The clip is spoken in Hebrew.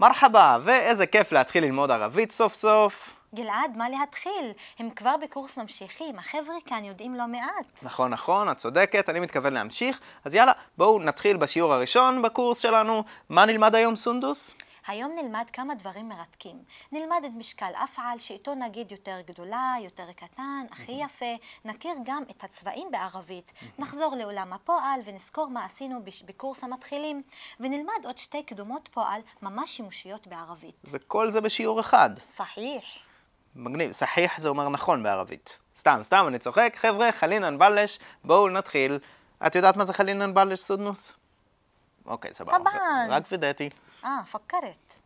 מרחבה, ואיזה כיף להתחיל ללמוד ערבית סוף סוף. גלעד, מה להתחיל? הם כבר בקורס ממשיכים, החבר'ה כאן יודעים לא מעט. נכון, נכון, את צודקת, אני מתכוון להמשיך. אז יאללה, בואו נתחיל בשיעור הראשון בקורס שלנו. מה נלמד היום, סונדוס? היום נלמד כמה דברים מרתקים. נלמד את משקל אפעל, שאיתו נגיד יותר גדולה, יותר קטן, הכי יפה. נכיר גם את הצבעים בערבית. נחזור לעולם הפועל ונזכור מה עשינו בש- בקורס המתחילים. ונלמד עוד שתי קדומות פועל ממש שימושיות בערבית. וכל זה בשיעור אחד. صحيح מגניב, סחיח זה אומר נכון בערבית. סתם, סתם, אני צוחק. חבר'ה, חלינן בלש, בואו נתחיל. את יודעת מה זה חלינן בלש, סונדוס? אוקיי, סבבה. طبعاً. אה, רק וידאתי. آه فكرت